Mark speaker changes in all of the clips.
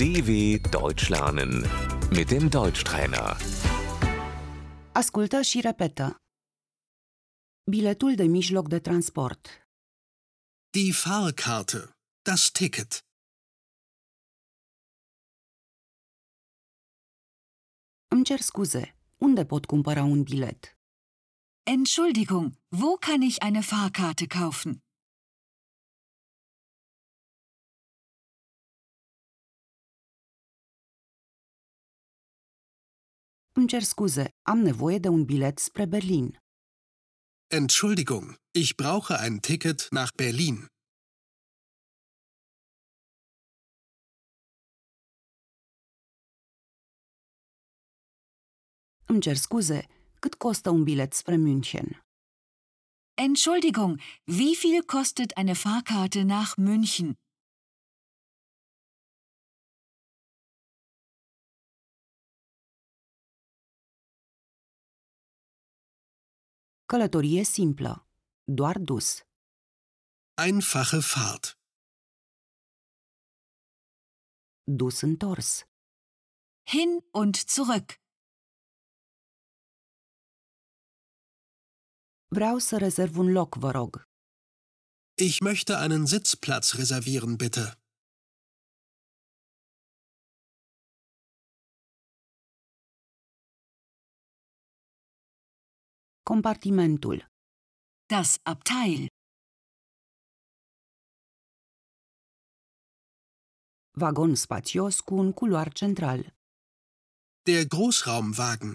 Speaker 1: DW Deutsch lernen mit dem Deutschtrainer.
Speaker 2: Ascultă și repetă. Biletul de mijloc de transport.
Speaker 3: Die Fahrkarte. Das Ticket.
Speaker 2: Îmi cer scuze. Unde pot cumpăra un bilet?
Speaker 4: Entschuldigung, wo kann ich eine Fahrkarte kaufen?
Speaker 2: Îmi cer scuze. Am nevoie de un bilet spre Berlin.
Speaker 3: Entschuldigung, ich brauche ein Ticket nach Berlin.
Speaker 2: Îmi cer scuze. Cât costă un bilet spre München?
Speaker 4: Entschuldigung, wie viel kostet eine Fahrkarte nach München?
Speaker 2: Călătorie simplă. Doar dus.
Speaker 3: Einfache Fahrt.
Speaker 2: Dus întors.
Speaker 4: Hin und zurück.
Speaker 2: Vreau să rezerv un loc, vă rog.
Speaker 3: Ich möchte einen Sitzplatz reservieren, bitte.
Speaker 2: Compartimentul.
Speaker 4: Das Abteil.
Speaker 2: Vagon spațios cu un culoar central.
Speaker 3: Der Großraumwagen.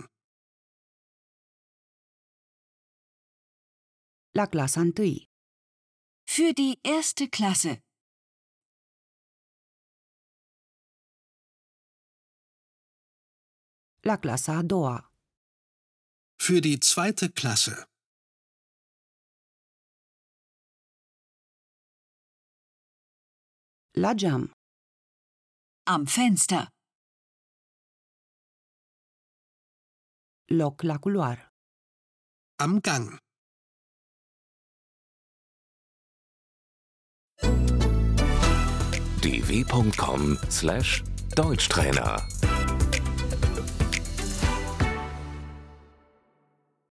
Speaker 2: La clasa 1.
Speaker 4: Für die erste Klasse.
Speaker 2: La clasa a doua.
Speaker 3: Für die zweite Klasse.
Speaker 2: La geam.
Speaker 4: Am Fenster.
Speaker 2: Loc la culoar.
Speaker 3: Am Gang.
Speaker 1: dw.com/deutschtrainer